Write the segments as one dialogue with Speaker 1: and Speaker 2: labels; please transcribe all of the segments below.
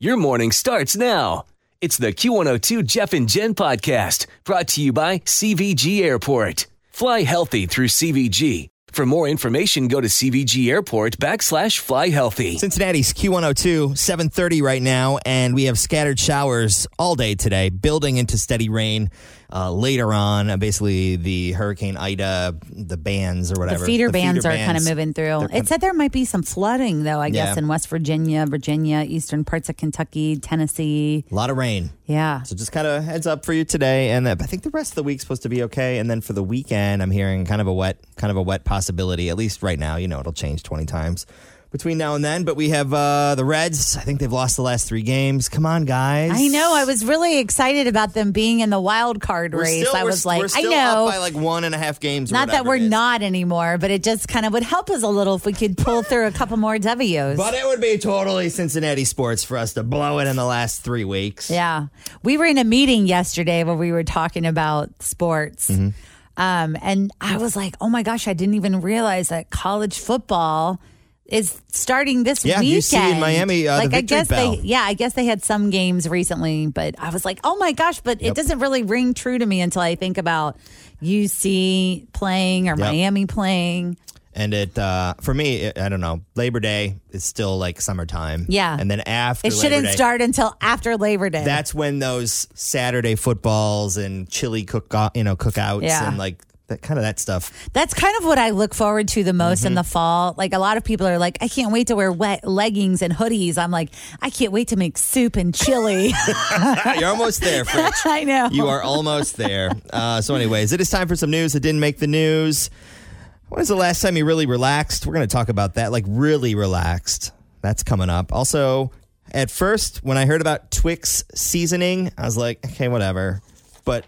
Speaker 1: Your morning starts now. It's the Q102 Jeff and Jen podcast brought to you by CVG Airport. Fly healthy through CVG. For more information, go to CVG Airport backslash fly healthy.
Speaker 2: Cincinnati's Q102, 7:30 right now, and we have scattered showers all day today, building into steady rain uh, later on. Uh, basically, the Hurricane Ida, the bands or whatever.
Speaker 3: The feeder bands are kind
Speaker 2: bands.
Speaker 3: of moving through.
Speaker 2: They're
Speaker 3: It said there might be some flooding, though, I guess,
Speaker 2: Yeah.
Speaker 3: in West Virginia, Virginia, eastern parts of Kentucky, Tennessee.
Speaker 2: A lot of rain.
Speaker 3: Yeah.
Speaker 2: So just kind of heads up for you today, and uh, I think the rest of the week's supposed to be okay. And then for the weekend, I'm hearing kind of a wet, kind of a wet possibility. At least right now, you know it'll change 20 times between now and then. But we have uh, the Reds. I think they've lost the last three games. Come on, guys.
Speaker 3: I know. I was really excited about them being in the wild card
Speaker 2: We're
Speaker 3: race.
Speaker 2: still-
Speaker 3: I
Speaker 2: we're
Speaker 3: was
Speaker 2: st-
Speaker 3: like,
Speaker 2: we're still
Speaker 3: I know.
Speaker 2: up by like one and a half games. or
Speaker 3: not that
Speaker 2: whatever
Speaker 3: we're
Speaker 2: it is.
Speaker 3: not anymore, but it just kind of would help us a little if we could pull through a couple more W's.
Speaker 2: But it would be totally Cincinnati sports for us to blow it in the last three weeks.
Speaker 3: Yeah. We were in a meeting yesterday where we were talking about sports.
Speaker 2: Mm-hmm.
Speaker 3: Um, and I was like, oh my gosh, I didn't even realize that college football is starting this
Speaker 2: Yeah,
Speaker 3: weekend.
Speaker 2: you see in Miami, uh, the
Speaker 3: like I
Speaker 2: Victory
Speaker 3: guess
Speaker 2: Bell.
Speaker 3: they yeah, I guess they had some games recently, but I was like, oh my gosh, but it doesn't really ring true to me until I think about UC playing or Miami playing.
Speaker 2: And it, uh, for me, it, I don't know, Labor Day is still like summertime.
Speaker 3: Yeah.
Speaker 2: And then after
Speaker 3: It shouldn't
Speaker 2: Labor Day,
Speaker 3: start until after Labor Day.
Speaker 2: That's when those Saturday footballs and chili cook, uh, you know, cookouts
Speaker 3: Yeah.
Speaker 2: and like that kind of that stuff.
Speaker 3: That's kind of what I look forward to the most
Speaker 2: Mm-hmm.
Speaker 3: in the fall. Like a lot of people are like, I can't wait to wear wet leggings and hoodies. I'm like, I can't wait to make soup and chili.
Speaker 2: You're almost there, Fritz.
Speaker 3: I know.
Speaker 2: You are almost there. Uh, so, anyways, it is time for some news that didn't make the news. When was the last time you really relaxed? We're going to talk about that. Like, really relaxed. That's coming up. Also, at first, when I heard about Twix seasoning, I was like, okay, whatever. But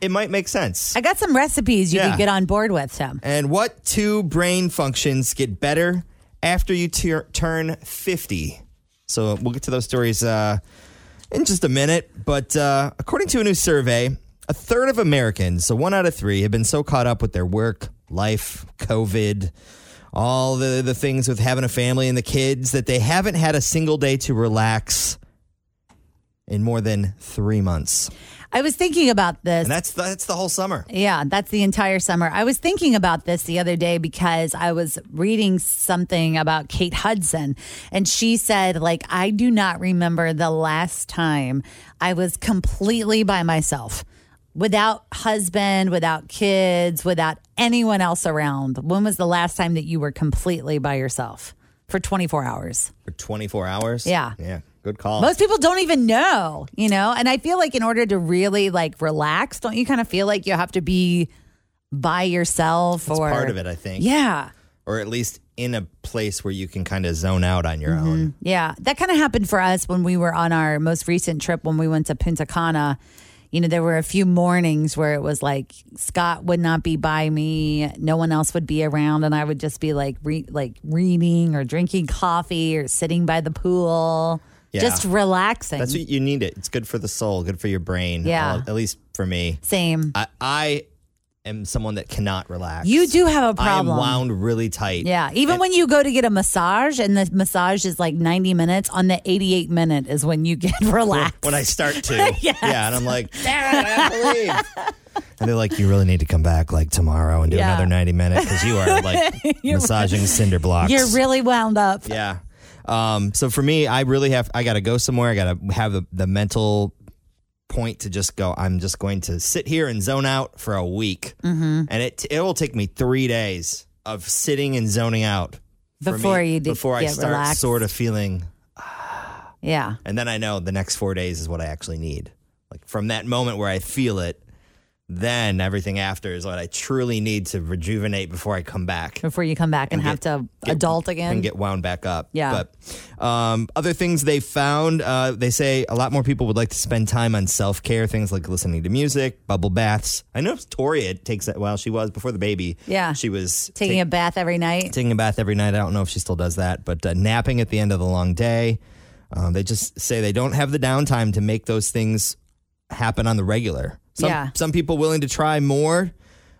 Speaker 2: it might make sense.
Speaker 3: I got some recipes you
Speaker 2: Yeah.
Speaker 3: could get on board with, Tim.
Speaker 2: And what two brain functions get better after you tur- turn 50? So we'll get to those stories uh, in just a minute. But uh, according to a new survey, a third of Americans, so one out of three, have been so caught up with their work, life, COVID, all the, the things with having a family and the kids that they haven't had a single day to relax in more than three months.
Speaker 3: I was thinking about this.
Speaker 2: And that's the, that's the whole summer.
Speaker 3: Yeah, that's the entire summer. I was thinking about this the other day because I was reading something about Kate Hudson and she said like I do not remember the last time I was completely by myself without husband, without kids, without anyone else around. When was the last time that you were completely by yourself for 24 hours?
Speaker 2: For 24 hours?
Speaker 3: Yeah.
Speaker 2: Yeah. Good call.
Speaker 3: Most people don't even know, you know? And I feel like in order to really like relax, don't you kind of feel like you have to be by yourself
Speaker 2: That's
Speaker 3: or
Speaker 2: part of it, I think.
Speaker 3: Yeah.
Speaker 2: Or at least in a place where you can kind of zone out on your
Speaker 3: Mm-hmm.
Speaker 2: own.
Speaker 3: Yeah. That kind of happened for us when we were on our most recent trip when we went to Punta Cana. You know, there were a few mornings where it was like Scott would not be by me, no one else would be around, and I would just be like re- like reading or drinking coffee or sitting by the pool,
Speaker 2: Yeah.
Speaker 3: just relaxing.
Speaker 2: That's what you need it. It's good for the soul, good for your brain.
Speaker 3: Yeah.
Speaker 2: Well, at least for me.
Speaker 3: Same.
Speaker 2: I, I am someone that cannot relax.
Speaker 3: You do have a problem.
Speaker 2: I am wound really tight.
Speaker 3: Yeah, even when you go to get a massage and the massage is like 90 minutes, on the 88 minute is when you get relaxed.
Speaker 2: When I start to. Yeah. And I'm like, damn it, I have to leave. And they're like, you really need to come back like tomorrow and do
Speaker 3: Yeah.
Speaker 2: another 90 minutes because you are like massaging cinder blocks.
Speaker 3: You're really wound up.
Speaker 2: Yeah. Um, so for me, I really have, I got to go somewhere. I got to have the, the mental point to just go. I'm just going to sit here and zone out for a week, mm-hmm. and it it will take me three days of sitting and zoning out for me
Speaker 3: Before you d-
Speaker 2: before I
Speaker 3: get
Speaker 2: start
Speaker 3: relaxed.
Speaker 2: sort of feeling,
Speaker 3: Yeah.
Speaker 2: and then I know the next four days is what I actually need. Like from that moment where I feel it, then everything after is what I truly need to rejuvenate before I come back.
Speaker 3: Before you come back and,
Speaker 2: And
Speaker 3: have
Speaker 2: get-
Speaker 3: to
Speaker 2: get-
Speaker 3: adult again.
Speaker 2: and get wound back up.
Speaker 3: Yeah.
Speaker 2: But um, other things they found, uh, they say a lot more people would like to spend time on self care, things like listening to music, bubble baths. I know Tori it takes that. Well, she was before the baby.
Speaker 3: Yeah.
Speaker 2: She was
Speaker 3: Taking
Speaker 2: ta-
Speaker 3: a bath every night.
Speaker 2: taking a bath every night. I don't know if she still does that, but uh, napping at the end of the long day. Um, they just say they don't have the downtime to make those things happen on the regular. Some,
Speaker 3: Yeah.
Speaker 2: some people willing to try more,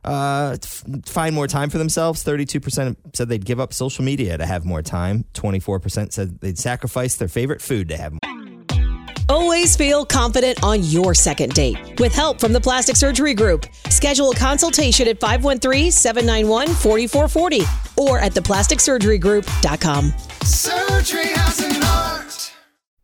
Speaker 2: uh, f- find more time for themselves. 32% said they'd give up social media to have more time. 24% said they'd sacrifice their favorite food to have more.
Speaker 4: Always feel confident on your second date. With help from the Plastic Surgery Group, schedule a consultation at 513 791 4440 or at theplasticsurgerygroup.com.
Speaker 5: Surgery has an art.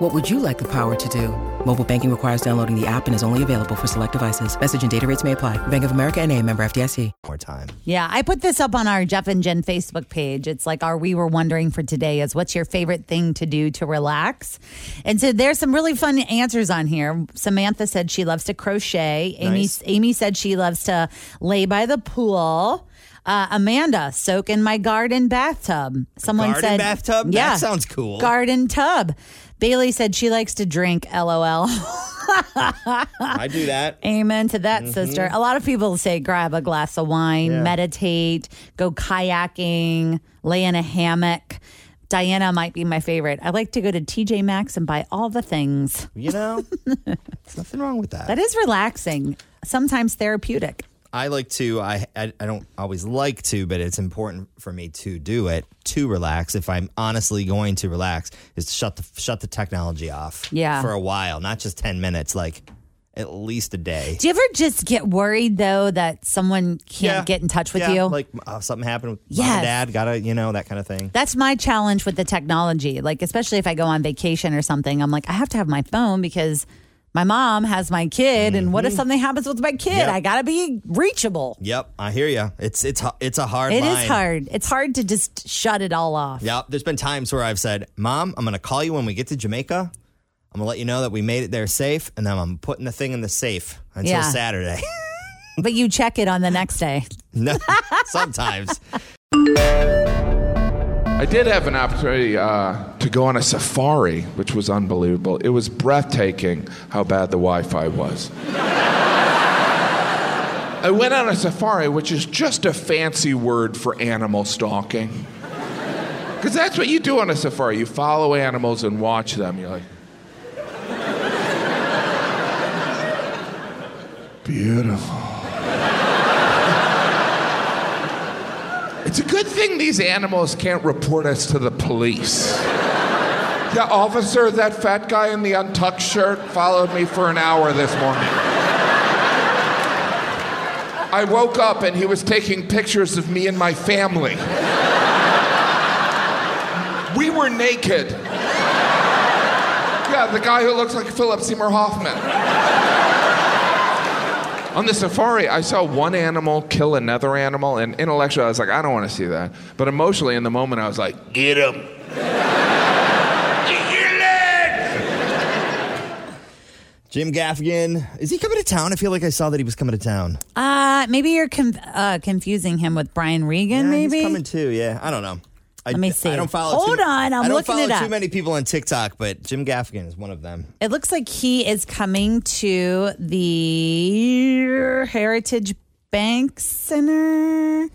Speaker 6: What would you like the power to do? Mobile banking requires downloading the app and is only available for select devices. Message and data rates may apply. Bank of America and a member FDIC.
Speaker 2: more time.
Speaker 3: Yeah. I put this up on our Jeff and Jen Facebook page. It's like our We Were Wondering for today is what's your favorite thing to do to relax? And so there's some really fun answers on here. Samantha said she loves to crochet. Amy
Speaker 2: Nice.
Speaker 3: Amy said she loves to lay by the pool. Uh, Amanda, soak in my garden bathtub. Someone
Speaker 2: Garden
Speaker 3: said
Speaker 2: bathtub? That
Speaker 3: Yeah,
Speaker 2: sounds cool.
Speaker 3: Garden tub. Bailey said she likes to drink. LOL.
Speaker 2: I do that.
Speaker 3: Amen to
Speaker 2: Mm-hmm.
Speaker 3: that, sister. A lot of people say grab a glass of wine, meditate, go kayaking, lay in a hammock. Diana might be my favorite. I like to go to TJ Maxx and buy all the things.
Speaker 2: You know, there's nothing wrong with that.
Speaker 3: That is relaxing, sometimes therapeutic.
Speaker 2: I like to. I, I I don't always like to, but it's important for me to do it to relax. If I'm honestly going to relax, is to shut the shut the technology off.
Speaker 3: Yeah.
Speaker 2: for a while, not just ten minutes, like at least a day.
Speaker 3: Do you ever just get worried though that someone can't
Speaker 2: Yeah.
Speaker 3: get in touch with
Speaker 2: Yeah,
Speaker 3: you?
Speaker 2: Like uh, something happened with mom
Speaker 3: Yes.
Speaker 2: and dad. Gotta you know that kind of thing.
Speaker 3: That's my challenge with the technology. Like, especially if I go on vacation or something, I'm like, I have to have my phone because my mom has my kid. And what if
Speaker 2: Mm-hmm.
Speaker 3: something happens with my kid?
Speaker 2: Yep.
Speaker 3: I got to be reachable.
Speaker 2: Yep, I hear you. It's it's hu- it's a hard.
Speaker 3: It is
Speaker 2: line.
Speaker 3: hard. It's hard to just shut it all off.
Speaker 2: Yep. There's been times where I've said, Mom, I'm going to call you when we get to Jamaica. I'm going to let you know that we made it there safe. And then I'm putting the thing in the safe until
Speaker 3: Yeah.
Speaker 2: Saturday.
Speaker 3: But you check it on the next day.
Speaker 2: No, Sometimes.
Speaker 7: I did have an opportunity uh, to go on a safari, which was unbelievable. It was breathtaking how bad the Wi Fi was. I went on a safari, which is just a fancy word for animal stalking. Because that's what you do on a safari. You follow animals and watch them. You're like, beautiful. It's a good thing these animals can't report us to the police. yeah, officer, that fat guy in the untucked shirt followed me for an hour this morning. I woke up and he was taking pictures of me and my family. we were naked. Yeah, the guy who looks like Philip Seymour Hoffman. On the safari, I saw one animal kill another animal, and intellectually, I was like, I don't want to see that. But emotionally, in the moment, I was like, get him.
Speaker 2: Jim Gaffigan. Is he coming to town? I feel like I saw that he was coming to town.
Speaker 3: Uh, maybe you're conf- uh, confusing him with Brian Regan,
Speaker 2: Yeah,
Speaker 3: maybe?
Speaker 2: He's coming too. Yeah. I don't know. I,
Speaker 3: Let me see.
Speaker 2: I don't follow.
Speaker 3: Hold
Speaker 2: too,
Speaker 3: on, I'm
Speaker 2: I don't
Speaker 3: looking
Speaker 2: follow
Speaker 3: it up.
Speaker 2: too many people on TikTok, but Jim Gaffigan is one of them.
Speaker 3: It looks like he is coming to the Heritage Bank Center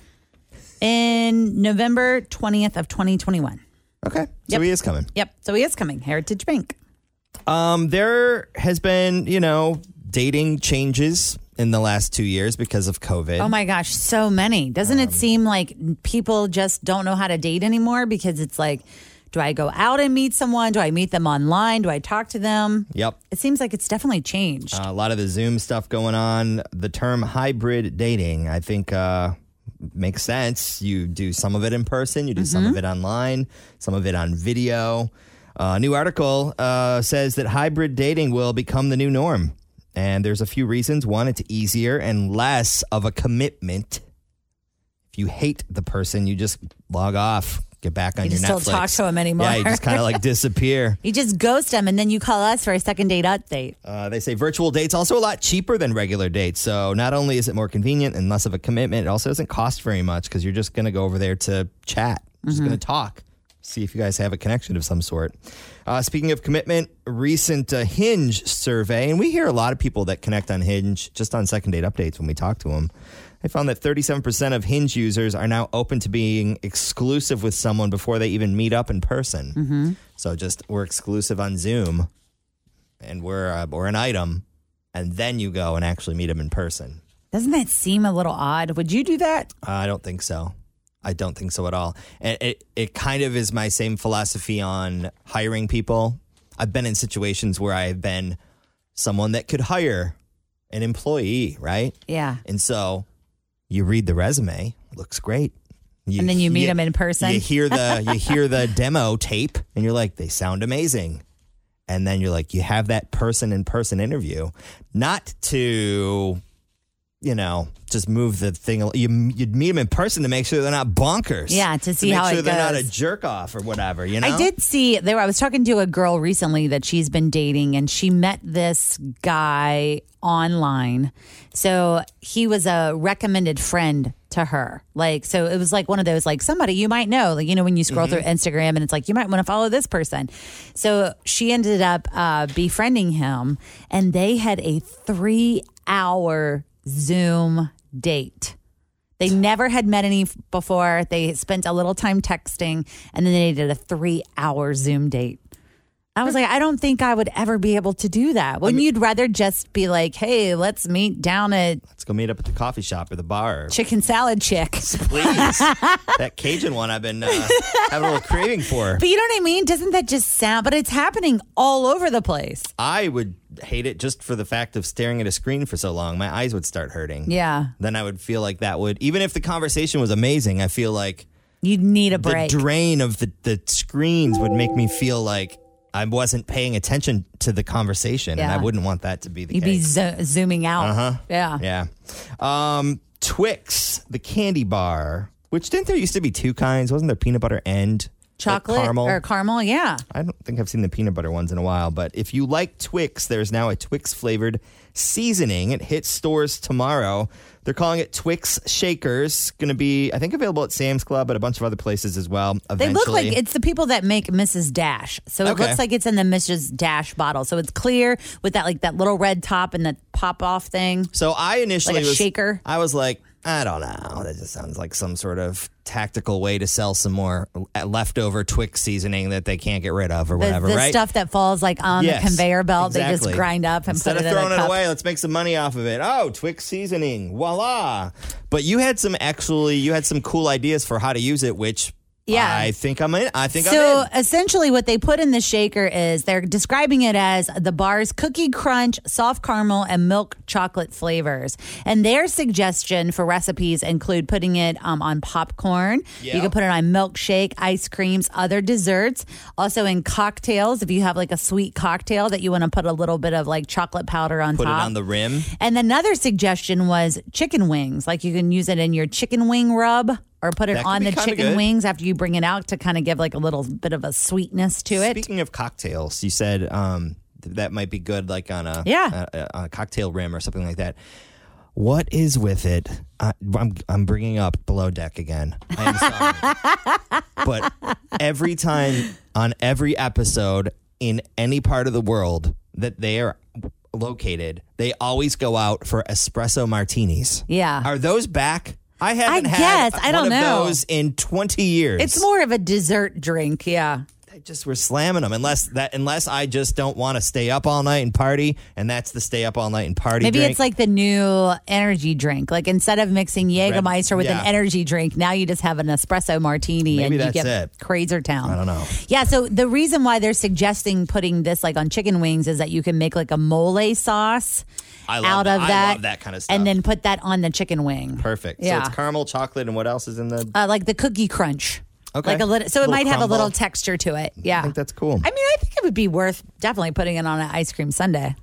Speaker 3: in November 20th of 2021.
Speaker 2: Okay.
Speaker 3: Yep.
Speaker 2: So he is coming.
Speaker 3: Yep. So he is coming, Heritage Bank.
Speaker 2: Um, there has been, you know, dating changes in the last two years because of COVID.
Speaker 3: Oh my gosh, so many. Doesn't it seem like people just don't know how to date anymore because it's like, do I go out and meet someone? Do I meet them online? Do I talk to them?
Speaker 2: Yep.
Speaker 3: It seems like it's definitely changed.
Speaker 2: Uh, a lot of the Zoom stuff going on. The term hybrid dating, I think, uh, makes sense. You do some of it in person, you do some
Speaker 3: Mm-hmm.
Speaker 2: of it online, some of it on video. Uh, a new article uh, says that hybrid dating will become the new norm. And there's a few reasons. One, it's easier and less of a commitment. If you hate the person, you just log off, get back on
Speaker 3: You
Speaker 2: your
Speaker 3: just
Speaker 2: Netflix.
Speaker 3: don't talk to 'em
Speaker 2: Yeah, you
Speaker 3: anymore.
Speaker 2: just kind of like disappear.
Speaker 3: you just ghost them and then you call us for a second date update.
Speaker 2: Uh, they say virtual dates also a lot cheaper than regular dates. So not only is it more convenient and less of a commitment, it also doesn't cost very much because you're just going to go over there to chat, just going to talk, see if you guys have a connection of some sort. Uh, speaking of commitment, a recent uh, Hinge survey, and we hear a lot of people that connect on Hinge just on second date updates when we talk to them. I found that 37% of Hinge users are now open to being exclusive with someone before they even meet up in person. So just we're exclusive on Zoom and we're uh, or an item, and then you go and actually meet him in person.
Speaker 3: Doesn't that seem a little odd? Would you do that?
Speaker 2: I don't think so. I don't think so at all. And it it kind of is my same philosophy on hiring people. I've been in situations where I've been someone that could hire an employee, right?
Speaker 3: Yeah.
Speaker 2: And so you read the resume, looks great. You,
Speaker 3: And then you meet 'em in person.
Speaker 2: You hear the you hear the demo tape and you're like, they sound amazing. And then you're like, you have that person in person interview, not to, you know, just move the thing. al- You you'd meet them in person to make sure they're not bonkers.
Speaker 3: Yeah, to see
Speaker 2: make
Speaker 3: how it
Speaker 2: sure they're not a
Speaker 3: goes.
Speaker 2: jerk off or whatever. You know,
Speaker 3: I did see there. I was talking to a girl recently that she's been dating, and she met this guy online. So he was a recommended friend to her. Like, so it was like one of those, like somebody you might know. Like, you know, when you scroll
Speaker 2: Mm-hmm.
Speaker 3: through Instagram, and it's like you might want to follow this person. So she ended up uh, befriending him, and they had a three-hour Zoom date. They never had met any f- before. They spent a little time texting and then they did a three hour Zoom date. I was like, I don't think I would ever be able to do that. When you'd rather just be like, hey, let's meet down at
Speaker 2: Let's go meet up at the coffee shop or the bar. or-
Speaker 3: Chicken Salad Chick.
Speaker 2: Please, that Cajun one I've been uh, having a little craving for.
Speaker 3: But you know what I mean? Doesn't that just sound, but it's happening all over the place.
Speaker 2: I would hate it just for the fact of staring at a screen for so long. My eyes would start hurting.
Speaker 3: Yeah.
Speaker 2: Then I would feel like that would, even if the conversation was amazing, I feel like
Speaker 3: You'd need a break.
Speaker 2: the drain of the, the screens would make me feel like I wasn't paying attention to the conversation. And
Speaker 3: Yeah.
Speaker 2: I wouldn't want that to be the
Speaker 3: You'd be
Speaker 2: case.
Speaker 3: zo- zooming out. Uh-huh. Yeah.
Speaker 2: yeah. Um, Twix, the candy bar, which didn't there used to be two kinds? Wasn't there peanut butter and like,
Speaker 3: Chocolate
Speaker 2: caramel?
Speaker 3: or caramel. Yeah.
Speaker 2: I don't think I've seen the peanut butter ones in a while, but if you like Twix, there's now a Twix flavored seasoning. It hits stores tomorrow. They're calling it Twix Shakers. Going to be, I think, available at Sam's Club, but a bunch of other places as well.
Speaker 3: They
Speaker 2: Eventually.
Speaker 3: look like it's the people that make Mrs. Dash. So it
Speaker 2: Okay.
Speaker 3: looks like it's in the Mrs. Dash bottle. So it's clear with that like that little red top and that pop off thing.
Speaker 2: So I initially
Speaker 3: Like a
Speaker 2: was,
Speaker 3: shaker?
Speaker 2: I was like, I don't know. That just sounds like some sort of tactical way to sell some more leftover Twix seasoning that they can't get rid of or
Speaker 3: The,
Speaker 2: whatever.
Speaker 3: the
Speaker 2: right?
Speaker 3: stuff that falls like on
Speaker 2: Yes,
Speaker 3: the conveyor belt, they
Speaker 2: exactly.
Speaker 3: just grind up and
Speaker 2: Instead
Speaker 3: put it
Speaker 2: of throwing
Speaker 3: in a
Speaker 2: it
Speaker 3: cup.
Speaker 2: away, let's make some money off of it. Oh, Twix seasoning, voila! But you had some actually, you had some cool ideas for how to use it, which
Speaker 3: Yeah.
Speaker 2: I think I'm in. I think
Speaker 3: So uh,
Speaker 2: I'm in.
Speaker 3: essentially, what they put in the shaker is they're describing it as the bar's cookie crunch, soft caramel, and milk chocolate flavors. And their suggestion for recipes include putting it um, on popcorn. You
Speaker 2: Yeah.
Speaker 3: can put it on milkshake, ice creams, other desserts. Also in cocktails, if you have like a sweet cocktail that you want to put a little bit of like chocolate powder on
Speaker 2: Put it
Speaker 3: top.
Speaker 2: on the rim.
Speaker 3: and another suggestion was chicken wings. Like you can use it in your chicken wing rub or put it
Speaker 2: That could
Speaker 3: on
Speaker 2: be
Speaker 3: the
Speaker 2: kinda
Speaker 3: chicken
Speaker 2: good.
Speaker 3: wings after you bring it out to kind of give like a little bit of a sweetness to it.
Speaker 2: Speaking of cocktails, you said um, th- that might be good, like on a
Speaker 3: Yeah.
Speaker 2: a- a, a cocktail rim or something like that. What is with it? I, I'm I'm bringing up below deck again. I am sorry. but every time on every episode in any part of the world that they are located, they always go out for espresso martinis.
Speaker 3: Yeah.
Speaker 2: Are those back? I haven't had
Speaker 3: guess. I
Speaker 2: one
Speaker 3: don't
Speaker 2: of
Speaker 3: know.
Speaker 2: those in 20 years.
Speaker 3: It's more of a dessert drink, yeah.
Speaker 2: I just were slamming them unless that unless I just don't want to stay up all night and party, and that's the stay up all night and party.
Speaker 3: Maybe
Speaker 2: drink.
Speaker 3: it's like the new energy drink. Like instead of mixing Jägermeister with
Speaker 2: yeah.
Speaker 3: an energy drink, now you just have an espresso martini
Speaker 2: Maybe
Speaker 3: and
Speaker 2: that's
Speaker 3: you get
Speaker 2: it.
Speaker 3: Crazer Town.
Speaker 2: I don't know.
Speaker 3: Yeah, so the reason why they're suggesting putting this like on chicken wings is that you can make like a mole sauce
Speaker 2: I love
Speaker 3: out
Speaker 2: that.
Speaker 3: of
Speaker 2: I
Speaker 3: that.
Speaker 2: love that kind of stuff.
Speaker 3: And then put that on the chicken wing.
Speaker 2: perfect.
Speaker 3: Yeah.
Speaker 2: So it's caramel, chocolate, and what else is in the?
Speaker 3: uh, like the cookie crunch.
Speaker 2: Okay.
Speaker 3: Like a little, so it
Speaker 2: Little
Speaker 3: might have a little
Speaker 2: crumble.
Speaker 3: texture to it. Yeah.
Speaker 2: I think that's cool.
Speaker 3: I mean, I think it would be worth definitely putting it on an ice cream sundae.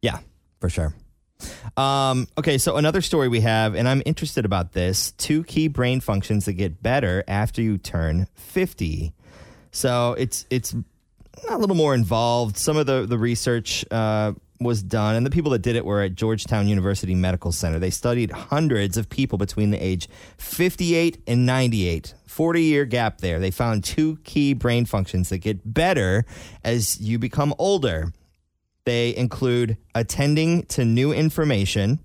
Speaker 2: Yeah, for sure. Um, okay, so another story we have, and I'm interested about this two key brain functions that get better after you turn 50. So it's, it's a little more involved. Some of the, the research uh, was done, and the people that did it were at Georgetown University Medical Center. They studied hundreds of people between the age 58 and 98. 40 year gap there. They found two key brain functions that get better as you become older. They include attending to new information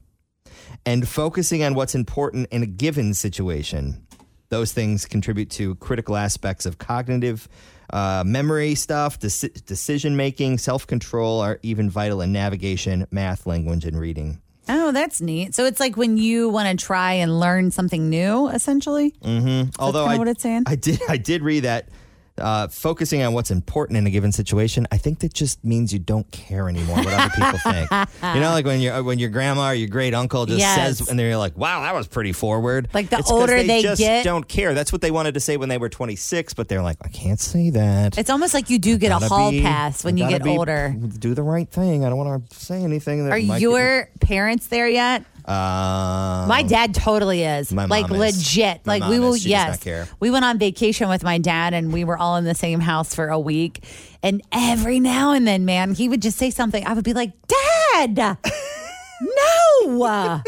Speaker 2: and focusing on what's important in a given situation. Those things contribute to critical aspects of cognitive uh, memory stuff, deci- decision making, self control are even vital in navigation, math, language, and reading.
Speaker 3: Oh, that's neat. So it's like when you want to try and learn something new, essentially.
Speaker 2: Mm-hmm. Although
Speaker 3: kinda
Speaker 2: I,
Speaker 3: what it's saying?
Speaker 2: I did, I did read that uh, focusing on what's important in a given situation. I think that just means you don't care anymore what other people think. You know, like when your when your grandma or your great uncle just
Speaker 3: Yes.
Speaker 2: says, and they're like, "Wow, that was pretty forward."
Speaker 3: Like, the
Speaker 2: 'cause
Speaker 3: older they
Speaker 2: just
Speaker 3: get-
Speaker 2: don't care. That's what they wanted to say when they were twenty six, but they're like, "I can't say that."
Speaker 3: It's almost like you do get a
Speaker 2: Gotta
Speaker 3: hall
Speaker 2: be-
Speaker 3: pass when you
Speaker 2: gotta
Speaker 3: get
Speaker 2: be-
Speaker 3: older.
Speaker 2: Do the right thing. I don't want to say anything. That
Speaker 3: Are
Speaker 2: might get-
Speaker 3: your parents there yet?
Speaker 2: Um,
Speaker 3: My dad totally is.
Speaker 2: my
Speaker 3: like
Speaker 2: mom is.
Speaker 3: legit.
Speaker 2: My
Speaker 3: like
Speaker 2: mom
Speaker 3: we will
Speaker 2: is. She does
Speaker 3: yes.
Speaker 2: not care.
Speaker 3: We went on vacation with my dad and we were all in the same house for a week. And every now and then, man, he would just say something. I would be like, "Dad, no.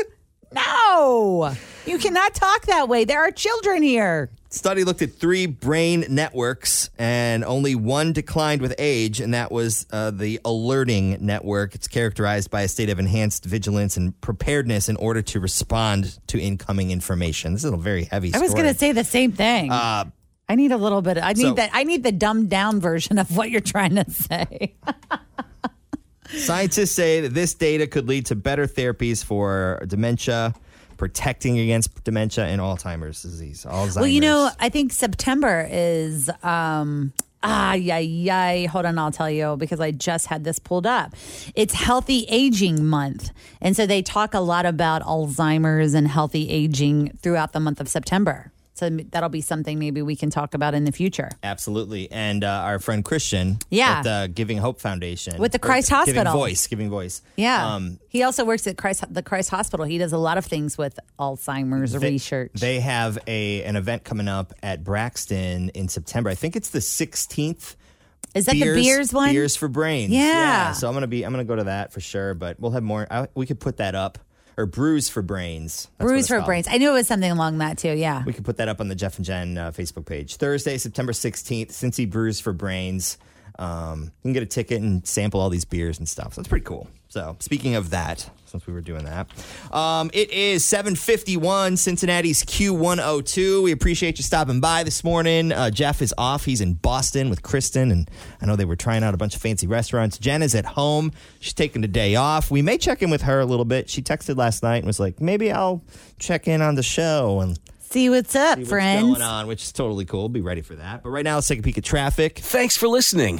Speaker 3: no. You cannot talk that way. There are children here."
Speaker 2: study looked at three brain networks and only one declined with age and that was uh, the alerting network it's characterized by a state of enhanced vigilance and preparedness in order to respond to incoming information this is a very heavy
Speaker 3: I was
Speaker 2: story. Uh,
Speaker 3: going to say the same thing. I need a little bit. I need
Speaker 2: so-
Speaker 3: that. I need the dumbed down version of what you're trying to say.
Speaker 2: Scientists say that this data could lead to better therapies for dementia, protecting against dementia and Alzheimer's disease. Alzheimer's.
Speaker 3: Well, you know, I think September is um ah yay yay. Hold on, I'll tell you because I just had this pulled up. It's Healthy Aging Month, and so they talk a lot about Alzheimer's and healthy aging throughout the month of September. So that'll be something maybe we can talk about in the future.
Speaker 2: Absolutely. And uh, our friend Christian
Speaker 3: Yeah.
Speaker 2: at the Giving Hope Foundation.
Speaker 3: With the
Speaker 2: or
Speaker 3: Christ
Speaker 2: Giving
Speaker 3: Hospital.
Speaker 2: Voice. Giving Voice.
Speaker 3: Yeah,
Speaker 2: Um,
Speaker 3: he also works at Christ, the Christ Hospital. He does a lot of things with Alzheimer's
Speaker 2: they-
Speaker 3: research.
Speaker 2: They have a an event coming up at Braxton in September. I think it's the 16th.
Speaker 3: is that the beers one?
Speaker 2: Beers for brains.
Speaker 3: Yeah.
Speaker 2: So I'm gonna be I'm gonna go to that for sure. But we'll have more. I, we could put that up or brews for brains. That's what
Speaker 3: Brews
Speaker 2: it's
Speaker 3: for
Speaker 2: called.
Speaker 3: brains. I knew it was something along that too. Yeah.
Speaker 2: We could put that up on the Jeff and Jen uh, Facebook page. Thursday, September 16th, Cincy Brews for Brains. Um, you can get a ticket and sample all these beers and stuff. So it's pretty cool. So speaking of that, since we were doing that, um, it is 751 Cincinnati's Q102. We appreciate you stopping by this morning. Uh, Jeff is off. He's in Boston with Kristen. And I know they were trying out a bunch of fancy restaurants. Jen is at home. She's taking the day off. We may check in with her a little bit. She texted last night and was like, maybe I'll check in on the show and
Speaker 3: See what's up,
Speaker 2: see what's
Speaker 3: friends.
Speaker 2: going on, which is totally cool. Be ready for that. But right now, let's take a peek at traffic.
Speaker 1: Thanks for listening